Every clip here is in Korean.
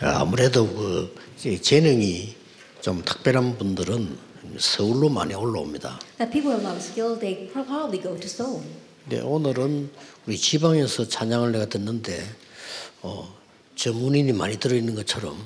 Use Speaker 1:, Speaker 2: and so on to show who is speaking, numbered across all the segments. Speaker 1: 아무래도 그 재능이 좀 특별한 분들은 서울로 많이 올라옵니다.
Speaker 2: Now, people who are not skilled, they probably go to Seoul.
Speaker 1: 근데 오늘은 우리 지방에서 찬양을 내가 듣는데 어, 전문인이 많이 들어있는 것처럼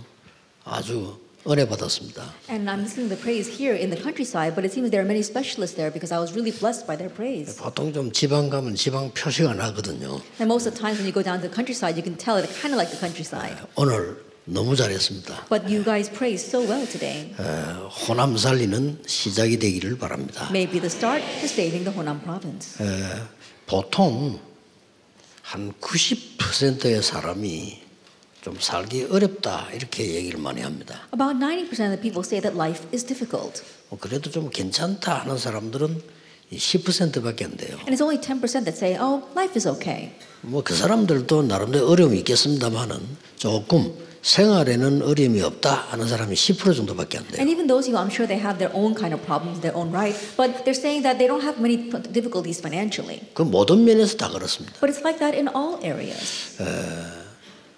Speaker 1: 아주 은혜 받았습니다.
Speaker 2: And I'm listening to the praise here in the countryside, but it seems there are many specialists there because I was really blessed by their praise.
Speaker 1: 보통 좀 지방 가면 지방 표시가 나거든요.
Speaker 2: And most of the times when you go down to the countryside, you can tell it's kind of like the countryside.
Speaker 1: 오늘 너무 잘했습니다.
Speaker 2: But you guys praised so well today.
Speaker 1: 어, 호남 살리는 시작이 되기를 바랍니다.
Speaker 2: May be the start to saving the Honan province.
Speaker 1: 에, 보통 한 90%의 사람이 좀 살기 어렵다 이렇게 얘기를 많이 합니다.
Speaker 2: About 90% of the people say that life is difficult,
Speaker 1: 뭐 그래도 좀 괜찮다 하는 사람들은 이 10%밖에 안 돼요.
Speaker 2: and it's only 10% that say, oh, life is okay.
Speaker 1: 뭐 그 사람들도 나름대로 어려움이 있겠습니다만은 조금 생활에는 어려움이 없다 하는 사람이 10% 정도밖에 안 돼요.
Speaker 2: And even those who I'm sure they have their own kind of problems, their own right, but they're saying that they don't have many p- difficulties financially.
Speaker 1: 그 모든 면에서 다 그렇습니다.
Speaker 2: But it's like that in all areas.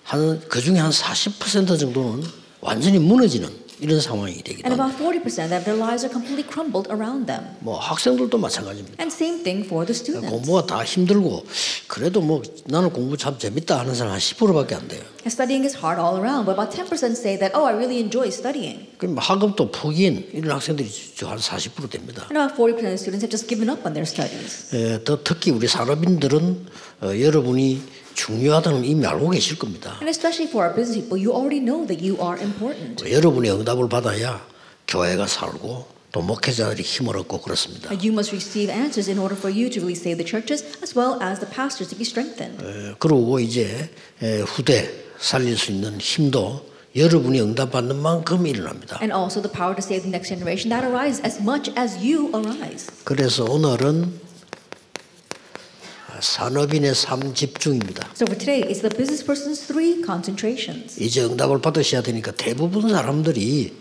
Speaker 1: 한그 중에 한 40% 정도는 완전히 무너지는 이런 상황이 되기도
Speaker 2: And
Speaker 1: 합니다.
Speaker 2: about 40% that their lives are completely crumbled around them.
Speaker 1: 뭐 학생들도 마찬가지입니다.
Speaker 2: And same thing for the students.
Speaker 1: 공부가 뭐, 다 힘들고 그래도 뭐 나는 공부 참 재밌다 하는 사람 한 10%밖에 안 돼요.
Speaker 2: And studying is hard all around, but about 10% say that, oh, I really enjoy studying.
Speaker 1: 그럼 학업도 포기인 이런 학생들이 한 40% 됩니다.
Speaker 2: And about 40% of students have just given up on their studies.
Speaker 1: 에, 더 특히 우리 산업인들은 어, 여러분이 중요하다는 걸 이미 알고 계실 겁니다.
Speaker 2: And especially for our business people, you already know that you are important.
Speaker 1: 어, 여러분의 응답을 받아야 교회가 살고 또 목회자들이 힘을 얻고 그렇습니다.
Speaker 2: And you must receive answers in order for you to really save the churches as well as the pastors to be strengthened.
Speaker 1: 에, 예, 그리고 이제 에, 후대 살릴 수 있는 힘도 여러분이 응답받는 만큼 일어납니다.
Speaker 2: And also the power to save the next generation that arises as much as you arise.
Speaker 1: 그래서 오늘은 산업인의 삶 집중입니다.
Speaker 2: So for today, it's the business person's three concentrations.
Speaker 1: 이제 응답을 받으셔야 되니까 대부분 사람들이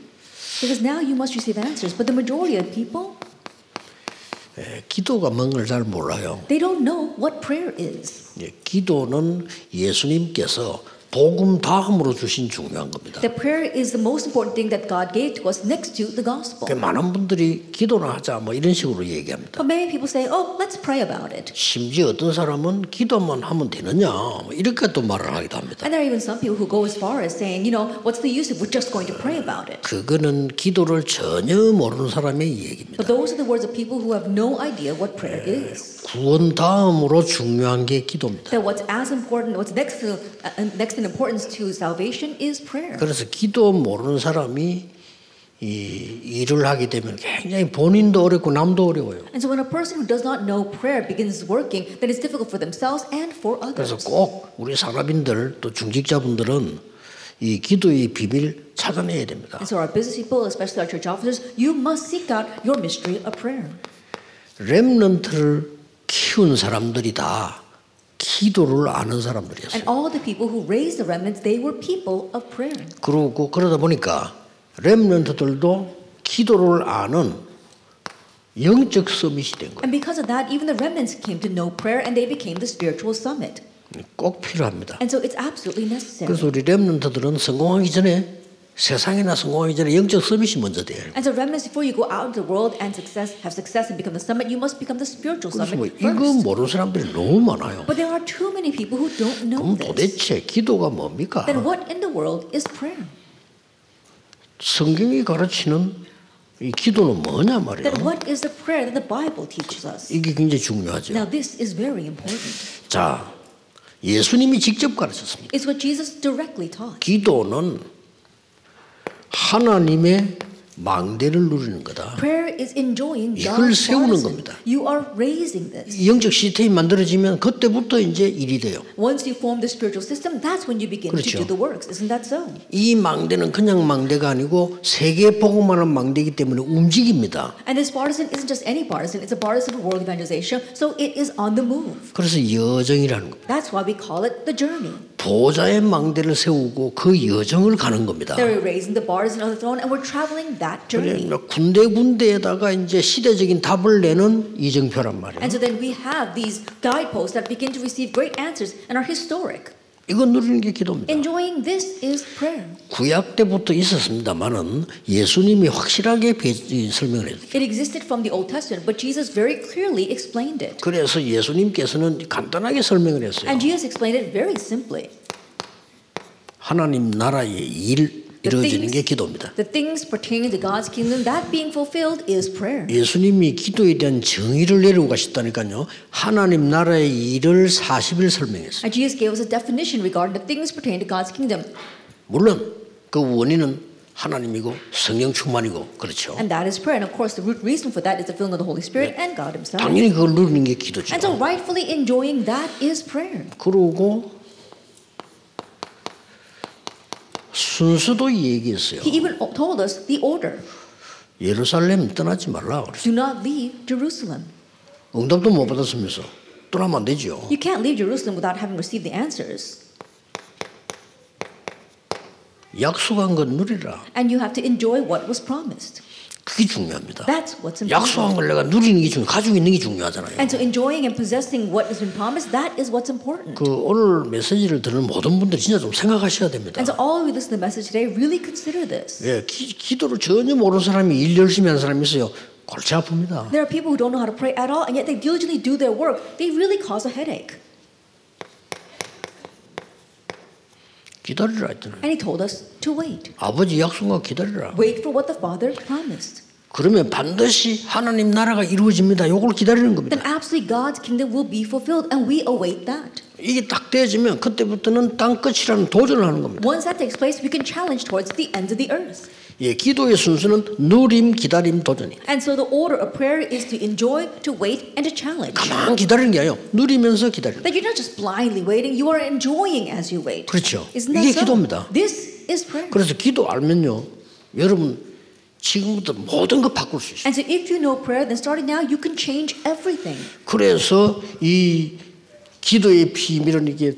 Speaker 2: Because now you must receive answers, but the majority of people,
Speaker 1: 에, 기도가 뭔 걸 잘 몰라요.
Speaker 2: they don't know what prayer is.
Speaker 1: 예, 기도는 예수님께서 복음 다음으로 주신 중요한 겁니다.
Speaker 2: That prayer is the most important thing that God gave to us next to the
Speaker 1: 그
Speaker 2: gospel.
Speaker 1: 많은 분들이 기도나 하자 뭐 이런 식으로 얘기합니다.
Speaker 2: But many people say, oh, let's pray about it.
Speaker 1: 심지어 어떤 사람은 기도만 하면 되느냐 뭐 이렇게 또 말을 하기도 합니다.
Speaker 2: And there are even some people who go as far as saying, you know, what's the use if we're just going to pray about it?
Speaker 1: 그거는 기도를 전혀 모르는 사람의 얘기입니다.
Speaker 2: But those are the words of people who have no idea what prayer is.
Speaker 1: 구원 다음으로 중요한 게 기도입니다.
Speaker 2: That what's as important, what's next to, uh, next in importance to salvation is prayer.
Speaker 1: 그래서 기도 모르는 사람이 이 일을 하게 되면 굉장히 본인도 어렵고 남도 어려워요.
Speaker 2: And so when a person who does not know prayer begins working, then it's difficult for themselves and for
Speaker 1: 그래서
Speaker 2: others.
Speaker 1: 꼭 우리 산업인들 또 중직자분들은 이 기도의 비밀 찾아내야 됩니다.
Speaker 2: And so our business people, especially our church officers, you must seek out your mystery of prayer.
Speaker 1: 렘넌트를 키운 사람들이 다 기도를 아는 사람들이었어요.
Speaker 2: And all the people who raised the remnants, they were people of prayer.
Speaker 1: 그러고 그러다 보니까 렘넌트들도 기도를 아는 영적 서밋이 된 거예요.
Speaker 2: And because of that, even the remnants came to know prayer and they became the spiritual summit.
Speaker 1: 꼭 필요합니다.
Speaker 2: And so it's absolutely necessary.
Speaker 1: 그래서 우리 렘넌트들은 성공하기 전에 세상이나 성공하기 전에 영적 서밋이 먼저 돼요.
Speaker 2: And so remnants, before you go out into the world and success, have success and become the summit, you must become the spiritual
Speaker 1: 그래서
Speaker 2: summit
Speaker 1: 뭐
Speaker 2: first.
Speaker 1: 이거 모르는 사람들이 너무 많아요.
Speaker 2: But there are too many people who don't know
Speaker 1: 그럼
Speaker 2: this.
Speaker 1: 도대체 기도가 뭡니까?
Speaker 2: Then what in the world is prayer?
Speaker 1: 성경이 가르치는 이 기도는 뭐냐 말이에요.
Speaker 2: Then what is the prayer that the Bible teaches us?
Speaker 1: 이게 굉장히 중요하죠.
Speaker 2: Now this is very important.
Speaker 1: 자, 예수님이 직접 가르쳤습니다.
Speaker 2: It's what Jesus directly taught.
Speaker 1: 기도는 하나님의 망대를 누리는 거다.
Speaker 2: Prayer is enjoying
Speaker 1: 이걸
Speaker 2: God's
Speaker 1: 세우는
Speaker 2: blessing.
Speaker 1: 겁니다.
Speaker 2: You are raising this.
Speaker 1: 이 영적 시스템이 만들어지면 그때부터 이제 일이 돼요.
Speaker 2: Once you form the spiritual system, that's when you begin to
Speaker 1: 그렇죠.
Speaker 2: do the works. Isn't that so?
Speaker 1: 이 망대는 그냥 망대가 아니고 세계 복음하는 망대이기 때문에 움직입니다.
Speaker 2: And this partisan isn't just any partisan, it's a partisan for world evangelization, so it is on the move.
Speaker 1: 그래서 여정이라는 겁니다.
Speaker 2: That's why we call it the journey.
Speaker 1: Uh-huh. 보좌의 망대를 세우고 그 여정을 가는 겁니다.
Speaker 2: They're raising the partisan on the throne, and we're traveling that journey.
Speaker 1: 그러니까 군데군데에다가 이제 시대적인 답을 내는 이정표란 말이에요.
Speaker 2: And so then we have these guideposts that begin to receive great answers and are historic.
Speaker 1: 이거 누리는 게 기도입니다.
Speaker 2: Enjoying this is prayer.
Speaker 1: 구약 때부터 있었습니다만은 예수님이 확실하게 배- 이 설명을 해요.
Speaker 2: It existed from the Old Testament, but Jesus very clearly explained it.
Speaker 1: 그래서 예수님께서는 간단하게 설명을 했어요.
Speaker 2: And Jesus explained it very simply.
Speaker 1: 하나님 나라의 일 이루어지는 게 기도입니다.
Speaker 2: The things pertaining to God's kingdom, that being fulfilled is prayer.
Speaker 1: 예수님이 기도에 대한 정의를 내리고 가셨다니까요. 하나님 나라의 일을 40일 설명했어요.
Speaker 2: And Jesus gave us a definition regarding the things pertaining to God's kingdom.
Speaker 1: 물론 그 원인은 하나님이고 성령 충만이고 그렇죠.
Speaker 2: And that is prayer. And of course, the root reason for that is the filling of the Holy Spirit and God Himself.
Speaker 1: 당연히 그걸 누리는 게 기도죠.
Speaker 2: And so, rightfully enjoying that is prayer.
Speaker 1: 그러고 순서도 얘기했어요.
Speaker 2: He even told us the order
Speaker 1: 예루살렘 떠나지 말라 그랬어요.
Speaker 2: do not leave Jerusalem.
Speaker 1: 응답도 못 받았으면서 떠나면 안 되죠.
Speaker 2: You can't leave Jerusalem without having received the answers.
Speaker 1: 약속한 건 누리라.
Speaker 2: And you have to enjoy what was promised.
Speaker 1: 그게 중요합니다.
Speaker 2: That's what's
Speaker 1: 약속한
Speaker 2: important.
Speaker 1: 걸 내가 누리는 게 중요, 가지고 있는 게 중요하잖아요.
Speaker 2: And so, enjoying and possessing what has been promised, that is what's important.
Speaker 1: 그 오늘 메시지를 듣는 모든 분들 진짜 좀 생각하셔야 됩니다.
Speaker 2: And so all of you listen to the message today, really consider this.
Speaker 1: 예, 기, 기도를 전혀 모르는 사람이 일 열심히 하는 사람이 있어요. 골치 아픕니다.
Speaker 2: There are people who don't know how to pray at all, and yet they diligently do their work. They really cause a headache.
Speaker 1: 기다리라 했잖아요.
Speaker 2: And he told us to wait.
Speaker 1: 아버지 약속과 기다리라.
Speaker 2: Wait for what the Father promised.
Speaker 1: 그러면 반드시 하나님 나라가 이루어집니다. 요걸 기다리는
Speaker 2: Then
Speaker 1: 겁니다.
Speaker 2: absolutely God's kingdom will be fulfilled, and we await that.
Speaker 1: 이게 딱 되어지면 그때부터는 땅 끝이라는 도전을 하는 겁니다.
Speaker 2: Once that takes place, we can challenge towards the ends of the earth.
Speaker 1: 예, 기도의 순서는 누림, 기다림, 도전이.
Speaker 2: And so the order of prayer is to enjoy, to wait, and to challenge.
Speaker 1: 가만 기다리는 게 아니에요. 누리면서 기다리는.
Speaker 2: That you're not just blindly waiting, you are enjoying as you wait.
Speaker 1: 그렇죠.
Speaker 2: Isn't
Speaker 1: 이게
Speaker 2: that so?
Speaker 1: 기도입니다.
Speaker 2: This is prayer.
Speaker 1: 그래서 기도 알면요, 여러분 지금부터 모든 거 바꿀 수 있어요.
Speaker 2: And so if you know prayer, then starting now, you can change everything.
Speaker 1: 그래서 이 기도의 비밀은 이게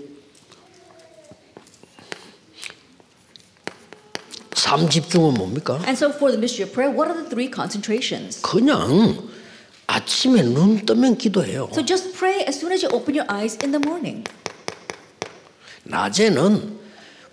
Speaker 1: 삼집중은 뭡니까?
Speaker 2: And so for the mystery of prayer, what are the three concentrations?
Speaker 1: 그냥 아침에 눈 뜨면 기도해요.
Speaker 2: So just pray as soon as you open your eyes in the morning.
Speaker 1: 낮에는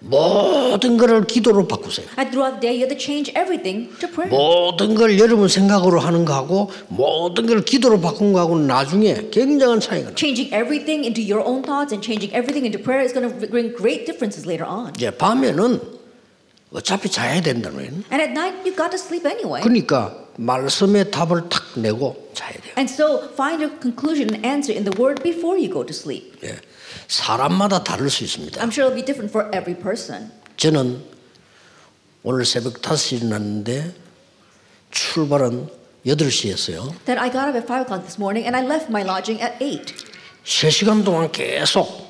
Speaker 1: 모든 것을 기도로 바꾸세요.
Speaker 2: And throughout the day, you have to change everything to prayer.
Speaker 1: 모든 걸 여러분 생각으로 하는 거하고 모든 걸 기도로 바꾼 거하고는 나중에 굉장한 차이가 나요.
Speaker 2: Changing everything into your own thoughts and changing everything into prayer is going to bring great differences later on.
Speaker 1: 이제 밤에는 어차피 자야 된다면
Speaker 2: And at night, you've got to sleep anyway.
Speaker 1: 그러니까 말씀의 답을 탁 내고 자야 돼요.
Speaker 2: And so find your conclusion and answer in the word before you go to sleep.
Speaker 1: 예. 사람마다 다를 수 있습니다.
Speaker 2: I'm sure it'll be different for every person.
Speaker 1: 저는 오늘 새벽 5시 일어났는데 출발은 8시였어요.
Speaker 2: That I got up at 5 o'clock this morning and I left my lodging at 8.
Speaker 1: 3시간 동안 계속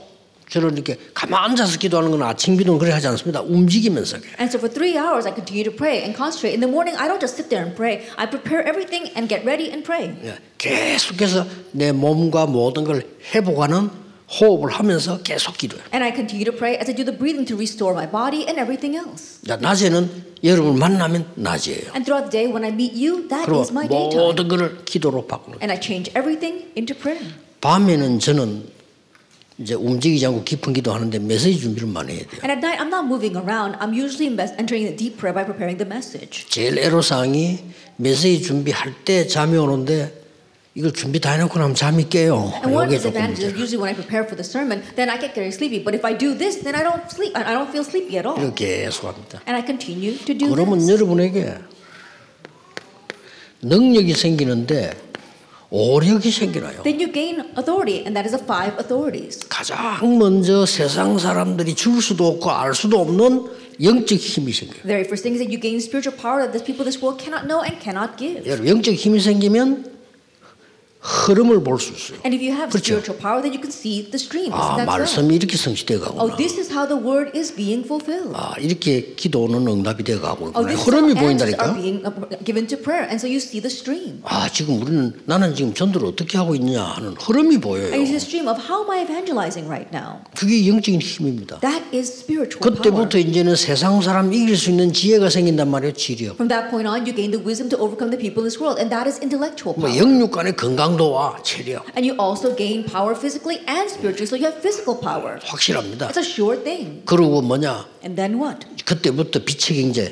Speaker 1: 저는 이렇게 가만 앉아서 기도하는 건 아침 기도는 그래 하지 않습니다. 움직이면서. 해요.
Speaker 2: And so for three hours, I continue to pray and concentrate. In the morning, I don't just sit there and pray. I prepare everything and get ready and pray.
Speaker 1: 예. 계속해서 내 몸과 모든 걸 회복하는 호흡을 하면서 계속 기도해요.
Speaker 2: And I continue to pray as I do the breathing to restore my body and everything else.
Speaker 1: 자, 낮에는 여러분 만나면 낮이에요.
Speaker 2: And throughout the day, when I meet you, that
Speaker 1: 그리고
Speaker 2: is my daytime.
Speaker 1: 모든 것을 기도로 바꾸는 거예요.
Speaker 2: And I change everything into prayer.
Speaker 1: 밤에는 저는 이제 움직이지 않고 깊은 기도하는데 메시지 준비를 많이 해야 돼요.
Speaker 2: And at night, I'm not moving around. I'm usually mes- entering the deep prayer by preparing the message.
Speaker 1: 제일 애로사항이 메시지 준비할 때 잠이 오는데 이걸 준비 다 해놓고 나면 잠이 깨요.
Speaker 2: And one
Speaker 1: 이게 조금
Speaker 2: disadvantage
Speaker 1: 문제.
Speaker 2: is usually when I prepare for the sermon, then I get very sleepy. But if I do this, then I don't sleep. I I don't feel sleepy at all.
Speaker 1: 이렇게 계속합니다.
Speaker 2: And I continue to do
Speaker 1: 그러면
Speaker 2: this.
Speaker 1: 여러분에게 능력이 생기는데 오력이 생기나요?
Speaker 2: Then you gain authority, and that is the five authorities.
Speaker 1: 가장 먼저 세상 사람들이 줄 수도 없고 알 수도 없는 영적 힘이 생겨요.
Speaker 2: The very first thing is that you gain spiritual power that the people of this world cannot know and cannot give.
Speaker 1: 여러분 영적 힘이 생기면 흐름을 볼 수 있어요.
Speaker 2: And if you have
Speaker 1: 그렇죠.
Speaker 2: spiritual power, then you can see the streams.
Speaker 1: 아 말씀이 이렇게 성취돼
Speaker 2: Oh,
Speaker 1: 가구나.
Speaker 2: this is how the word is being fulfilled.
Speaker 1: 아 이렇게 기도는 응답이 돼 가구나.
Speaker 2: Oh, this is
Speaker 1: 흐름이
Speaker 2: how answers are
Speaker 1: 보인다니까.
Speaker 2: being uh, given to prayer. And so you see the stream.
Speaker 1: 아 지금 우리는 나는 지금 전도를 어떻게 하고 있냐 하는 흐름이 보여요.
Speaker 2: And you see the stream of how am I evangelizing right now?
Speaker 1: 그게 영적인 힘입니다.
Speaker 2: That is spiritual power.
Speaker 1: 그때부터 이제는 세상 사람 이길 수 있는 지혜가 생긴단 말이에요. 지력.
Speaker 2: From that point on, you gain the wisdom to overcome the people in this world. And that is intellectual
Speaker 1: 뭐
Speaker 2: power.
Speaker 1: 영육 간의 건강 건강도 와 체력
Speaker 2: And you also gain power physically and spiritually, so you have physical power.
Speaker 1: 확실합니다.
Speaker 2: It's a sure thing.
Speaker 1: 그러고 뭐냐
Speaker 2: And then what?
Speaker 1: 그때부터 빛의 경제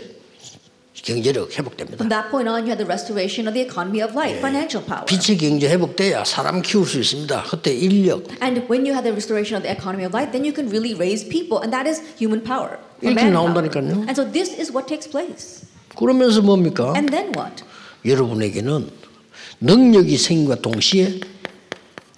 Speaker 1: 경제력 회복됩니다.
Speaker 2: From that point on, you had the restoration of the economy of life, financial power.
Speaker 1: 빛의 경제 회복돼야 사람 키울 수 있습니다. 그때 인력
Speaker 2: And when you have the restoration of the economy of life, then you can really raise people, and that is human power. or
Speaker 1: 이렇게
Speaker 2: manpower.
Speaker 1: 나온다니까요.
Speaker 2: And so this is what takes place.
Speaker 1: 그러면서 뭡니까?
Speaker 2: And then what?
Speaker 1: 여러분에게는 능력이 생긴과 동시에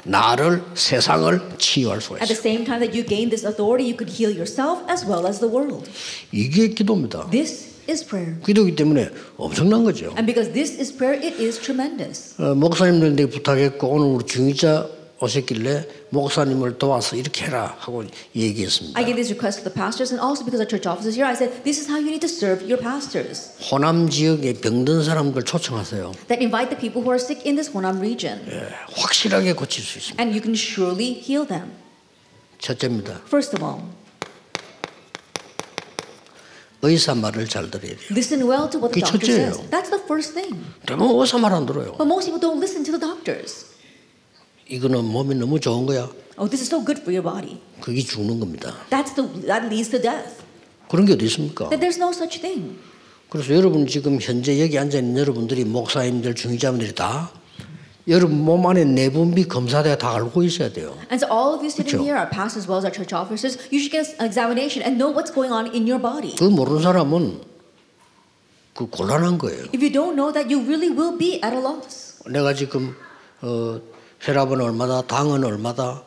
Speaker 1: 나를 세상을 치유할 수가
Speaker 2: At
Speaker 1: 있어요.
Speaker 2: the same time that you gain this authority, you could heal yourself as well as the world.
Speaker 1: 이게 기도입니다.
Speaker 2: This is prayer.
Speaker 1: 기도기 때문에 엄청난 거죠.
Speaker 2: And because this is prayer, it is tremendous.
Speaker 1: 어, 목사님들한테 부탁했고 오늘 우리 중의자 오셨길래 목사님을 도와서 이렇게 해라 하고 얘기했습니다.
Speaker 2: I gave this request to the pastors, and also because our church office is here, I said, This is how you need to serve your pastors.
Speaker 1: 호남 지역의 병든 사람들 초청하세요.
Speaker 2: That invite the people who are sick in this Honam region,
Speaker 1: 예, 확실하게 고칠 수 있습니다.
Speaker 2: and you can surely heal them.
Speaker 1: 첫째입니다.
Speaker 2: First of all,
Speaker 1: 의사 말을 잘 들어야 돼요.
Speaker 2: listen well to what the
Speaker 1: 그게
Speaker 2: doctor says.
Speaker 1: 첫째예요.
Speaker 2: That's the first thing.
Speaker 1: 대부분 의사 말 안 들어요.
Speaker 2: But most people don't listen to the doctors.
Speaker 1: 이거는 몸이 너무 좋은 거야.
Speaker 2: Oh, this is so good for your body.
Speaker 1: 그게 죽는 겁니다.
Speaker 2: That's the that leads to death.
Speaker 1: 그런 게 어디 있습니까?
Speaker 2: That there's no such thing.
Speaker 1: 그래서 여러분 지금 현재 여기 앉아 있는 여러분들이 목사님들 중의자분들이 다 여러분 몸 안에 내분비 검사대가 다 알고 있어야 돼요.
Speaker 2: And so all of you sitting
Speaker 1: 그쵸.
Speaker 2: here, our pastors as well as our church officers, you should get an examination and know what's going on in your body.
Speaker 1: 그 모르는 사람은 그 곤란한 거예요.
Speaker 2: If you don't know that, you really will be at a loss.
Speaker 1: 내가 지금 어, 혈압은 얼마다, 당은 얼마다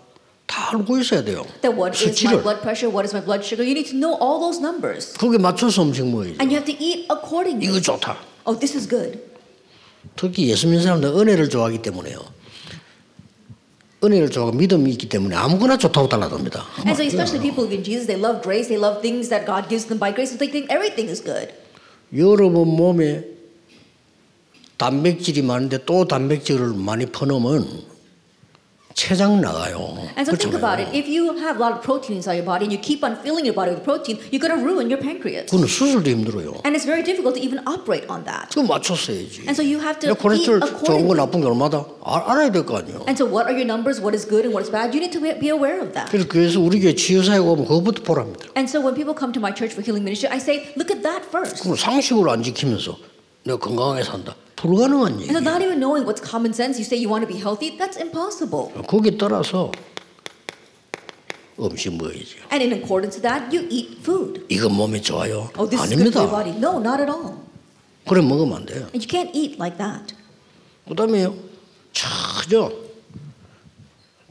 Speaker 1: 다 알고 있어야 돼요.
Speaker 2: That what is my
Speaker 1: 수치를
Speaker 2: blood pressure, what is my blood sugar, you need to know all those numbers.
Speaker 1: 거기에 맞춰서 음식 먹어야지.
Speaker 2: And you have to eat
Speaker 1: 이거
Speaker 2: accordingly.
Speaker 1: 좋다.
Speaker 2: Oh, this is good.
Speaker 1: 특히 예수 믿는 사람들 은혜를 좋아하기 때문에요. 은혜를 좋아하고 믿음이 있기 때문에 아무거나 좋다고 달라듭니다.
Speaker 2: And so especially people in Jesus, they love grace, they love things that God gives them by grace, and they think everything is good.
Speaker 1: 여러분 몸에 단백질이 많은데 또 단백질을 많이 퍼넣으면 췌장 나가요.
Speaker 2: And so think about
Speaker 1: 그렇잖아요.
Speaker 2: it. If you have a lot of protein inside your body and you keep on filling your body with protein, you're going to ruin your pancreas.
Speaker 1: 그건 수술도 힘들어요.
Speaker 2: And it's very difficult to even operate on that.
Speaker 1: 그거 맞췄어야지.
Speaker 2: And so you have to
Speaker 1: 내가 콜레스테롤
Speaker 2: eat
Speaker 1: 좋은 거
Speaker 2: accordingly.
Speaker 1: 나쁜 게 얼마다 알- 알아야 될 거 아니에요.
Speaker 2: And so what are your numbers? What is good and what is bad? You need to be- be aware of that.
Speaker 1: 그래서 그래서 우리 교회 치유사에 오면 그것부터 보랍니다.
Speaker 2: And so when people come to my church for healing ministry, I say, look at that first.
Speaker 1: 그럼 상식으로 안 지키면서 내가 건강하게 산다. 불가능한
Speaker 2: And
Speaker 1: 얘기예요.
Speaker 2: so not even knowing what's common sense, you say you want to be healthy, that's impossible.
Speaker 1: 거기에 따라서 음식 먹어야지.
Speaker 2: And in accordance to that, you eat food.
Speaker 1: 이거 몸에 좋아요?
Speaker 2: Oh, this is good for
Speaker 1: 아닙니다.
Speaker 2: your body. No, not at all.
Speaker 1: 그래 먹으면 안 돼요.
Speaker 2: And you can't eat like that.
Speaker 1: 그다음에요. 전혀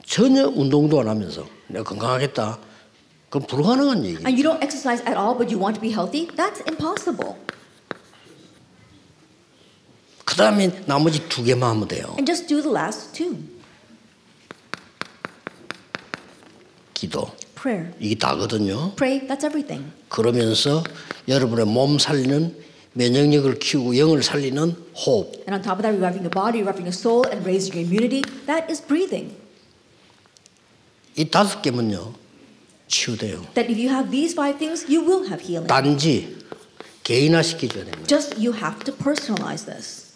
Speaker 1: 전혀 운동도 안 하면서 내가 건강하겠다. 그건 불가능한 얘기.
Speaker 2: And you don't exercise at all, but you want to be healthy, that's impossible.
Speaker 1: 그다음에 나머지 두 개만 하면 돼요.
Speaker 2: And just do the last two
Speaker 1: 기도.
Speaker 2: prayer.
Speaker 1: 이게 다거든요.
Speaker 2: Pray, that's everything.
Speaker 1: 그러면서 여러분의 몸 살리는 면역력을 키우고 영을 살리는 호흡.
Speaker 2: And on top of that, reviving your body, reviving your soul, and raising your immunity, that is breathing.
Speaker 1: 이 다섯 개면요. 치유돼요.
Speaker 2: That if you have these five things, you will have healing.
Speaker 1: 단지 개인화시키줘야 됩니다.
Speaker 2: Just you have to personalize this.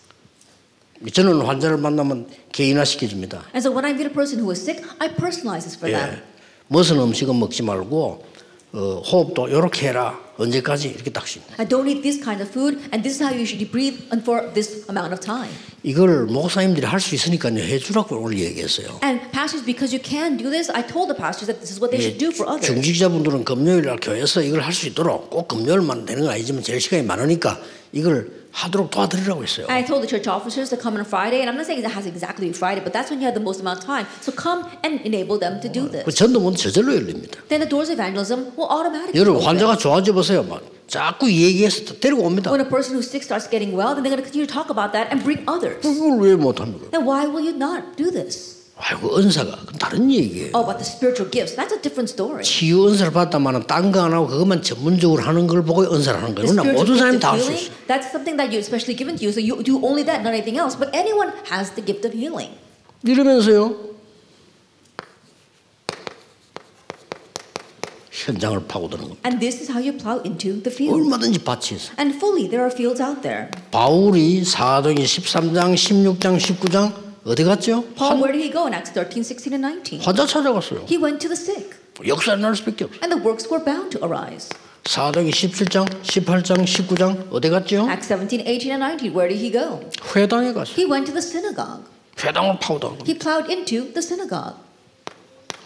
Speaker 1: 저는 환자를 만나면 개인화시켜줍니다.
Speaker 2: And so when I meet a person who is sick, I personalize this for them.
Speaker 1: 예. 무슨 음식은 먹지 말고 어, 호흡도 이렇게 해라. 언제까지 이렇게 딱 씁니다.
Speaker 2: I don't eat this kind of food, and this is how you should breathe and for this amount of time.
Speaker 1: 이걸 목사님들이 할 수 있으니까요. 해주라고 오늘 얘기했어요.
Speaker 2: And pastors, because you can do this, I told the pastors that this is what they should do for
Speaker 1: 아, 네.
Speaker 2: others.
Speaker 1: 중직자분들은 금요일 날 교회에서 이걸 할 수 있도록 꼭 금요일만 되는 건 아니지만 제일 시간이 많으니까 이걸 하도록 도와드리라고 했어요.
Speaker 2: I told the church officers to come on Friday, and I'm not saying it has to exactly be Friday, but that's when you have the most amount of time. So come and enable them to do
Speaker 1: 그
Speaker 2: this.
Speaker 1: 전도문 저절로 열립니다.
Speaker 2: Then the doors of evangelism will automatically.
Speaker 1: 여러분
Speaker 2: open.
Speaker 1: 환자가 좋아져 네. 보세요. 막 자꾸 얘기해서 다 데리고 옵니다.
Speaker 2: When a person who's sick starts getting well, then they're going to continue to talk about that and bring others.
Speaker 1: 그걸 왜 못합니까?
Speaker 2: Then why will you not do this?
Speaker 1: 아이고 은사가 그건 다른 얘기예요.
Speaker 2: Oh, about the spiritual gifts. That's a different story.
Speaker 1: 치유 은사를 받다마는 딴 거 안 하고 그것만 전문적으로 하는 걸 보고 은사를 하는 거예요.
Speaker 2: The
Speaker 1: 나 모든 사람이
Speaker 2: spiritual gift
Speaker 1: 다할
Speaker 2: of
Speaker 1: 수
Speaker 2: healing,
Speaker 1: 있어요.
Speaker 2: that's something that you especially given to you, so you do only that, not anything else. But anyone has the gift of healing.
Speaker 1: 이러면서요. 현장을 파고드는 겁니다.
Speaker 2: And this is how you plow into the field.
Speaker 1: 얼마든지 밭이 있어요.
Speaker 2: And fully, there are fields out there.
Speaker 1: 바울이 사도행 13장, 16장, 19장 어디 갔죠?
Speaker 2: Paul, where did he go in Acts 13, 16, and 19?
Speaker 1: 환자 찾아갔어요.
Speaker 2: He went to the sick,
Speaker 1: 역사 날 수밖에 없어요.
Speaker 2: and the works were bound to arise.
Speaker 1: 사도기 17장, 18장, 19장 어디 갔죠?
Speaker 2: Acts 17, 18, and 19, where did he go?
Speaker 1: 회당에 갔어요.
Speaker 2: He went to the synagogue.
Speaker 1: 회당을 파고다고.
Speaker 2: He plowed into the synagogue.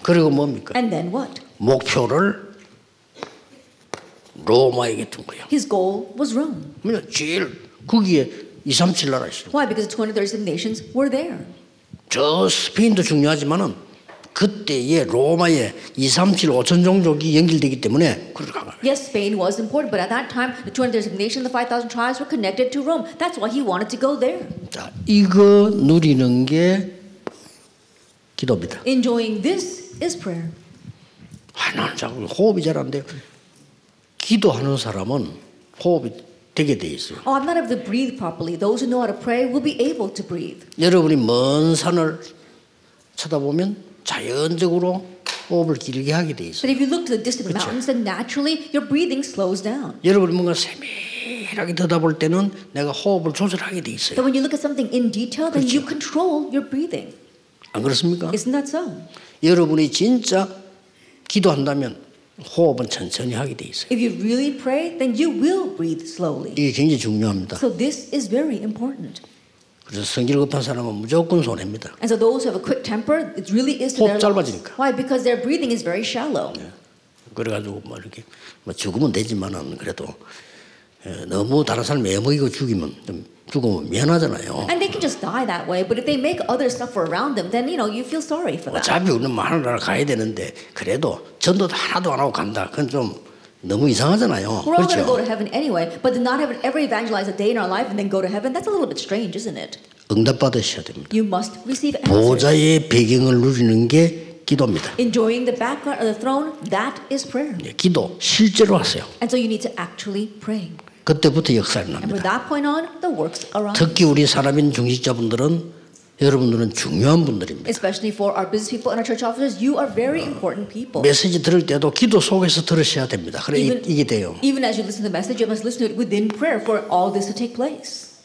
Speaker 1: 그리고 뭡니까?
Speaker 2: And then what?
Speaker 1: 목표를 로마에게 둔 거예요.
Speaker 2: His goal was Rome.
Speaker 1: 그러면 제일 거기에 2, 3, 7 나라 있어요.
Speaker 2: Why? Because the 237 nations were there.
Speaker 1: 저 스페인도 중요하지만은 그때의 로마에 2, 3, 7, 5천 종족이 연결되기 때문에 그걸 강합니다.
Speaker 2: Yes, Spain was important, but at that time, the 237 nations, the 5,000 tribes were connected to Rome. That's why he wanted to go there.
Speaker 1: 자, 이거 누리는 게 기도입니다.
Speaker 2: Enjoying this is prayer.
Speaker 1: 하나는 자꾸 호흡이 잘 안 돼요. 기도하는 사람은 호흡이 되게 돼 있어요.
Speaker 2: Oh, I'm not able to breathe properly. Those who know how to pray will be able to breathe.
Speaker 1: 여러분이 먼 산을 쳐다보면 자연적으로 호흡을 길게 하게 돼 있어요.
Speaker 2: But if you look to the distant mountains, then naturally your breathing slows down.
Speaker 1: 여러분이 뭔가 세밀하게 쳐다볼 때는 내가 호흡을 조절하게 돼 있어요.
Speaker 2: But when you look at something in detail, then you control your breathing.
Speaker 1: 안 그렇습니까?
Speaker 2: Isn't that so?
Speaker 1: 여러분이 진짜 기도한다면 호흡은 천천히 하게 돼 있어요.
Speaker 2: If you really pray, then you will breathe slowly.
Speaker 1: 이게 굉장히 중요합니다.
Speaker 2: So this is very important.
Speaker 1: 그래서 성질 급한 사람은 무조건 손해입니다.
Speaker 2: And so those who have a quick temper, it really is to their
Speaker 1: 호흡
Speaker 2: loss.
Speaker 1: 짧아지니까.
Speaker 2: Why? Because their breathing is very shallow.
Speaker 1: 그래가지고 뭐 이렇게 뭐 죽으면 되지만은 그래도 에, 너무 다른 사람 애먹이고 죽이면 좀 죽으면 미안하잖아요.
Speaker 2: And they can just die that way, but if they make others suffer around them, then you know you feel sorry for that.
Speaker 1: 어차피 우리는 뭐 하늘나라 가야 되는데 그래도 전도도 하나도 안 하고 간다. 그건 좀 너무 이상하잖아요.
Speaker 2: We're all going to go
Speaker 1: 그렇죠?
Speaker 2: to heaven anyway, but to not have ever evangelize a day in our life and then go to heaven, that's a little bit strange, isn't it?
Speaker 1: 응답 받으셔야 됩니다.
Speaker 2: You must receive answers.
Speaker 1: 보좌의 배경을 누리는 게 기도입니다.
Speaker 2: Enjoying the background of the throne, that is prayer.
Speaker 1: 예, 기도 실제로 하세요.
Speaker 2: And so you need to actually pray.
Speaker 1: 그때부터 역사를
Speaker 2: And from
Speaker 1: 납니다.
Speaker 2: that point on, the works arise.
Speaker 1: 특히 우리 사람인 중직자분들은 여러분들은 중요한 분들입니다.
Speaker 2: Especially for our business people and our church officers, you are very important people.
Speaker 1: 메시지 들을 때도 기도 속에서 들으셔야 됩니다. 그래 이-
Speaker 2: Even-
Speaker 1: 이게 돼요.
Speaker 2: Even as you listen to the message, you must listen to it within prayer for all this to take place.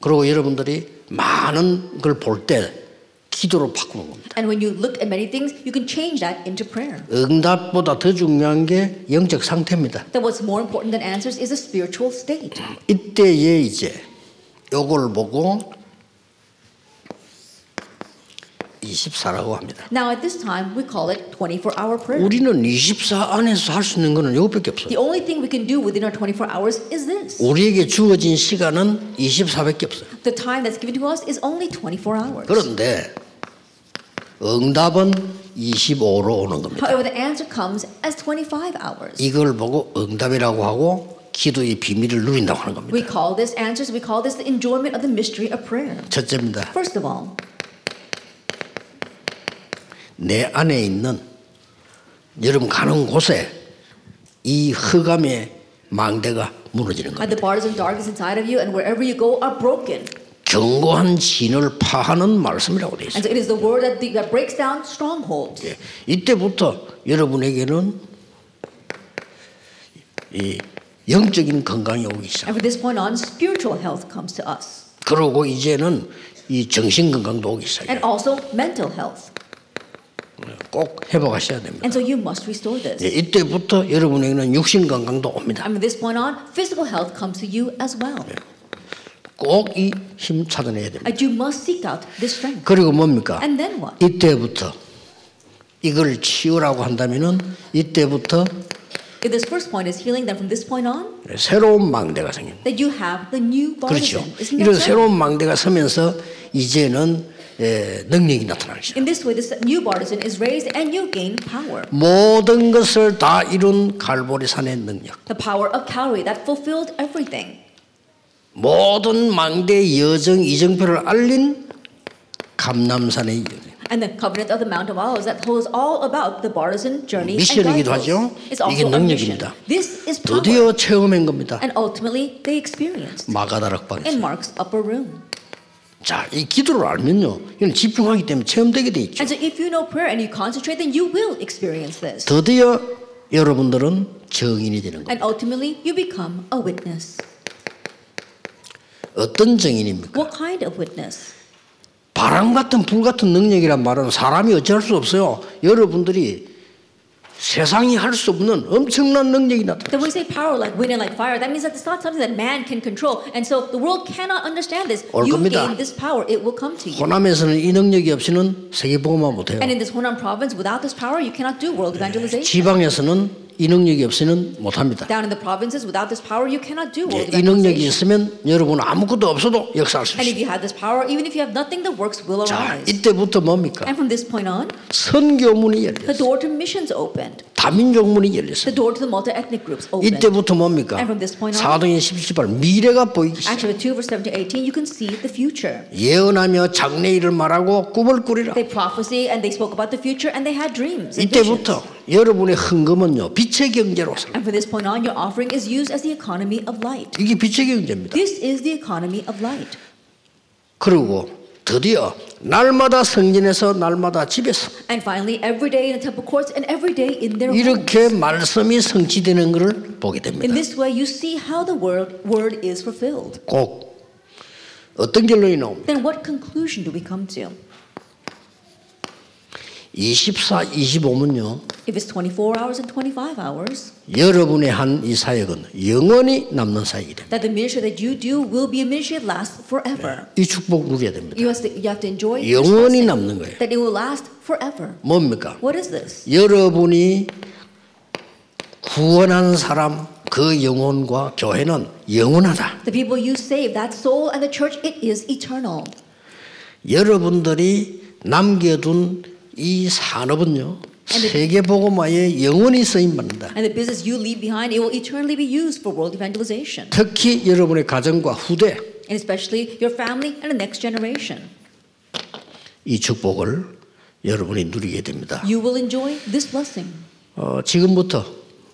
Speaker 1: 그리고 여러분들이 많은 걸 볼 때 기도로 바꾸는 겁니다.
Speaker 2: And when you look at many things, you can change that into prayer.
Speaker 1: 응답보다 더 중요한 게 영적 상태입니다.
Speaker 2: That what's more important than answers is a spiritual state.
Speaker 1: 이때에 이제 요걸 보고 24라고 합니다.
Speaker 2: Now, at this time, we call it 24 hour prayer.
Speaker 1: 우리는 24 안에서 할 수 있는 거는 요거밖에 없어요.
Speaker 2: The only thing we can do within our 24 hours is this.
Speaker 1: 우리에게 주어진 시간은 24밖에 없어요.
Speaker 2: The time that's given to us is only 24 hours.
Speaker 1: 그런데 응답은 25로 오는 겁니다.
Speaker 2: However, the answer comes as 25 hours.
Speaker 1: 이걸 보고 응답이라고 하고 기도의 비밀을 누린다고 하는
Speaker 2: We
Speaker 1: 겁니다.
Speaker 2: call this answers, we call this the enjoyment of the mystery of prayer.
Speaker 1: 첫째입니다.
Speaker 2: First of all,
Speaker 1: 내 안에 있는 여러분 가는 곳에 이 흑암의 망대가 무너지는
Speaker 2: are
Speaker 1: 겁니다.
Speaker 2: the bars of darkness inside of you, and wherever you go are broken.
Speaker 1: 견고한 진을 파하는 말씀이라고 되어
Speaker 2: And
Speaker 1: 있어요.
Speaker 2: so it is the word that, the, that breaks down strongholds.
Speaker 1: 예, 이때부터 여러분에게는 이 영적인 건강이 오기 시작.
Speaker 2: And from this point on, spiritual health comes to us,
Speaker 1: 그러고 이제는 이 정신 건강도 오기 시작해요.
Speaker 2: and also mental health.
Speaker 1: 꼭 회복하셔야 됩니다.
Speaker 2: And so you must restore this.
Speaker 1: 예, 이때부터 여러분에게는 육신 건강도
Speaker 2: And
Speaker 1: 옵니다.
Speaker 2: from this point on, physical health comes to you as well.
Speaker 1: 꼭 이 힘 찾아내야 됩니다.
Speaker 2: And you must seek out this strength.
Speaker 1: 그리고 뭡니까?
Speaker 2: And then what?
Speaker 1: 이때부터 이걸 치유라고 한다면은 이때부터
Speaker 2: If this first point is healing, then from this point on,
Speaker 1: 새로운 망대가 생깁니다.
Speaker 2: that you have the new
Speaker 1: 그렇죠.
Speaker 2: baptism. Isn't
Speaker 1: 이런
Speaker 2: that so?
Speaker 1: 새로운 망대가 서면서 이제는 예, 능력이 나타나기 시작.
Speaker 2: In this way, this new baptism is raised, and you gain power.
Speaker 1: 모든 것을 다 이룬 갈보리 산의 능력.
Speaker 2: The power of Calvary that fulfilled everything.
Speaker 1: 모든 망대 여정 이정표를 알린 감남산의 여정.
Speaker 2: And the covenant of the Mount of Olives that holds all about the partisan journey and
Speaker 1: 미션이기도 하죠.
Speaker 2: guideposts. It's
Speaker 1: 이게
Speaker 2: also a mission.
Speaker 1: 능력입니다.
Speaker 2: This is power.
Speaker 1: 드디어 체험한 겁니다.
Speaker 2: And ultimately, they experienced
Speaker 1: 마가다락방에서.
Speaker 2: in Mark's upper room.
Speaker 1: 자, 이 기도를 알면요. 이건 집중하기 때문에 체험되게 돼 있죠.
Speaker 2: And so if you know prayer and you concentrate, then you will experience this.
Speaker 1: 드디어 여러분들은 증인이 되는 거예요.
Speaker 2: And ultimately, you become a witness.
Speaker 1: 어떤 증인입니까?
Speaker 2: What kind of witness?
Speaker 1: 바람 같은 불 같은 능력이란 말은 사람이 어찌할 수 없어요. 여러분들이 세상이 할 수 없는 엄청난 능력이 나타나.
Speaker 2: Then we say power like wind and like fire. That means that it's not something that man can control. And so the world cannot understand this.
Speaker 1: 올
Speaker 2: You
Speaker 1: 겁니다.
Speaker 2: gain this power, it will come to you.
Speaker 1: 호남에서는 이 능력이 없이는 세계복음화 못해요.
Speaker 2: And in this Honan province, without this power, you cannot do world evangelization.
Speaker 1: 지방에서는 이 능력이 없이는 못합니다.
Speaker 2: Down in the provinces, without this power, you cannot do world
Speaker 1: 예, 이 능력이
Speaker 2: evangelization.
Speaker 1: 있으면 여러분 아무것도 없어도 역사할 수
Speaker 2: And
Speaker 1: 있습니다.
Speaker 2: if you have this power, even if you have nothing, the works will
Speaker 1: 자,
Speaker 2: arise.
Speaker 1: 이때부터 뭡니까?
Speaker 2: And from this point on,
Speaker 1: 선교문이 열렸어요.
Speaker 2: the door to missions opened.
Speaker 1: 다민족문이
Speaker 2: The
Speaker 1: 열렸어요.
Speaker 2: door to the multi-ethnic groups opened.
Speaker 1: 이때부터 뭡니까?
Speaker 2: And from this point on-
Speaker 1: 4등의 17발 미래가 보이기 시작.
Speaker 2: Actually, 2 verse 7 to 18, you can see the future.
Speaker 1: 예언하며 장래 일을 말하고 꿈을 꾸리라.
Speaker 2: They prophecy and they spoke about the future and they had dreams. and visions.
Speaker 1: 이때부터 여러분의 헌금은요 빛의 경제로 살아.
Speaker 2: And from this point on, your offering is used as the economy of light.
Speaker 1: 이게 빛의 경제입니다.
Speaker 2: This is the economy of light.
Speaker 1: 그리고 드디어 날마다 성전에서 날마다 집에서
Speaker 2: And finally, every day in the temple courts and every day in their home.
Speaker 1: 이렇게 말씀이 성취되는 것을 보게
Speaker 2: In
Speaker 1: 됩니다.
Speaker 2: this way, you see how the word, word is fulfilled.
Speaker 1: 꼭 어떤 결론이 나옵니까?
Speaker 2: Then what conclusion do we come to?
Speaker 1: 24, 25문요.
Speaker 2: If it's 24 hours and 25 hours,
Speaker 1: 여러분의 한 이 사역은 영원히 남는 사역이 됩니다.
Speaker 2: that the ministry that you do will be a ministry that lasts forever.
Speaker 1: 이 축복 누려야 됩니다.
Speaker 2: You have to, you have to enjoy this
Speaker 1: 영원히
Speaker 2: blessing,
Speaker 1: 남는 거예요.
Speaker 2: that it will last forever.
Speaker 1: 뭡니까?
Speaker 2: What is this?
Speaker 1: 여러분이 구원한 사람 그 영혼과 교회는 영원하다.
Speaker 2: The people you save, that soul and the church, it is eternal.
Speaker 1: 여러분들이 남겨둔 이 산업은요. 세계 복음화에 영원히 쓰임 받는다.
Speaker 2: And the business you leave behind, it will eternally be used for world evangelization.
Speaker 1: 특히 여러분의 가정과 후대
Speaker 2: And especially your family and the next generation.
Speaker 1: 이 축복을 여러분이 누리게 됩니다.
Speaker 2: You will enjoy this blessing.
Speaker 1: 어, 지금부터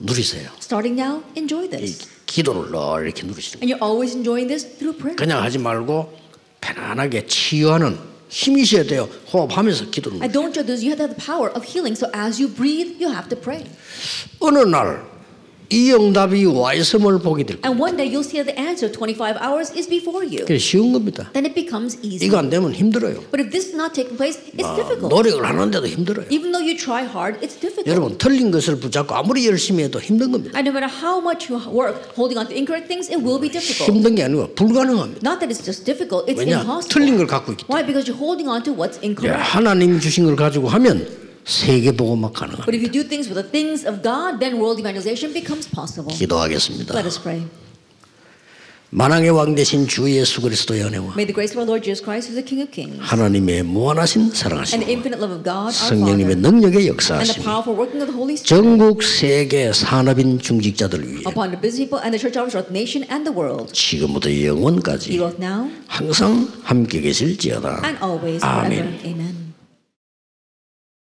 Speaker 1: 누리세요.
Speaker 2: Starting now, enjoy
Speaker 1: 이
Speaker 2: this.
Speaker 1: 기도를 늘 이렇게 누리시는 거예요.
Speaker 2: And you're always enjoying this through prayer.
Speaker 1: 그냥 하지 말고 편안하게 치유하는 힘이셔야 돼요. 호흡하면서 기도를.
Speaker 2: And don't just do this, you have to have the power of healing. So as you breathe, you have to pray.
Speaker 1: 어느 날 이 응답이 와 있음을 보게 될 거예요.
Speaker 2: And one day you'll see that the answer 25 hours is before you.
Speaker 1: 그게 쉬운 겁니다.
Speaker 2: Then it becomes easy.
Speaker 1: 이거 안 되면 힘들어요.
Speaker 2: But if this is not taking place, it's
Speaker 1: 아,
Speaker 2: difficult.
Speaker 1: 노력을 하는데도 힘들어요.
Speaker 2: Even though you try hard, it's difficult.
Speaker 1: 여러분 틀린 것을 붙잡고 아무리 열심히 해도 힘든 겁니다.
Speaker 2: And no matter how much you work holding on to incorrect things, it will be difficult.
Speaker 1: 힘든 게 아니고 불가능합니다.
Speaker 2: Not that it's just difficult, it's
Speaker 1: 왜냐 틀린
Speaker 2: impossible.
Speaker 1: 걸 갖고 있기 때문에.
Speaker 2: Why? Because you're holding on to what's
Speaker 1: 예,
Speaker 2: incorrect.
Speaker 1: 하나님 주신 걸 가지고 하면 세계 복음화 가능합니다.
Speaker 2: But if you do things with the things of God, then world evangelization becomes possible.
Speaker 1: 기도하겠습니다.
Speaker 2: Let us pray.
Speaker 1: 만왕의 왕 되신 주 예수 그리스도의 은혜와
Speaker 2: May the grace of our Lord Jesus Christ, who's the King of Kings,
Speaker 1: 하나님의 무한하신 사랑하심
Speaker 2: and the infinite love of God, our
Speaker 1: 성령님의
Speaker 2: Father,
Speaker 1: 능력의
Speaker 2: and the
Speaker 1: 역사하심
Speaker 2: powerful working of the Holy Spirit
Speaker 1: 전국 세계 산업인 중직자들을 위해
Speaker 2: upon the busy people and the church of our nation and the world,
Speaker 1: 지금부터
Speaker 2: be
Speaker 1: 영원까지
Speaker 2: both now
Speaker 1: 항상 함께 계실지어다.
Speaker 2: and always,
Speaker 1: 아멘.
Speaker 2: forever. Amen.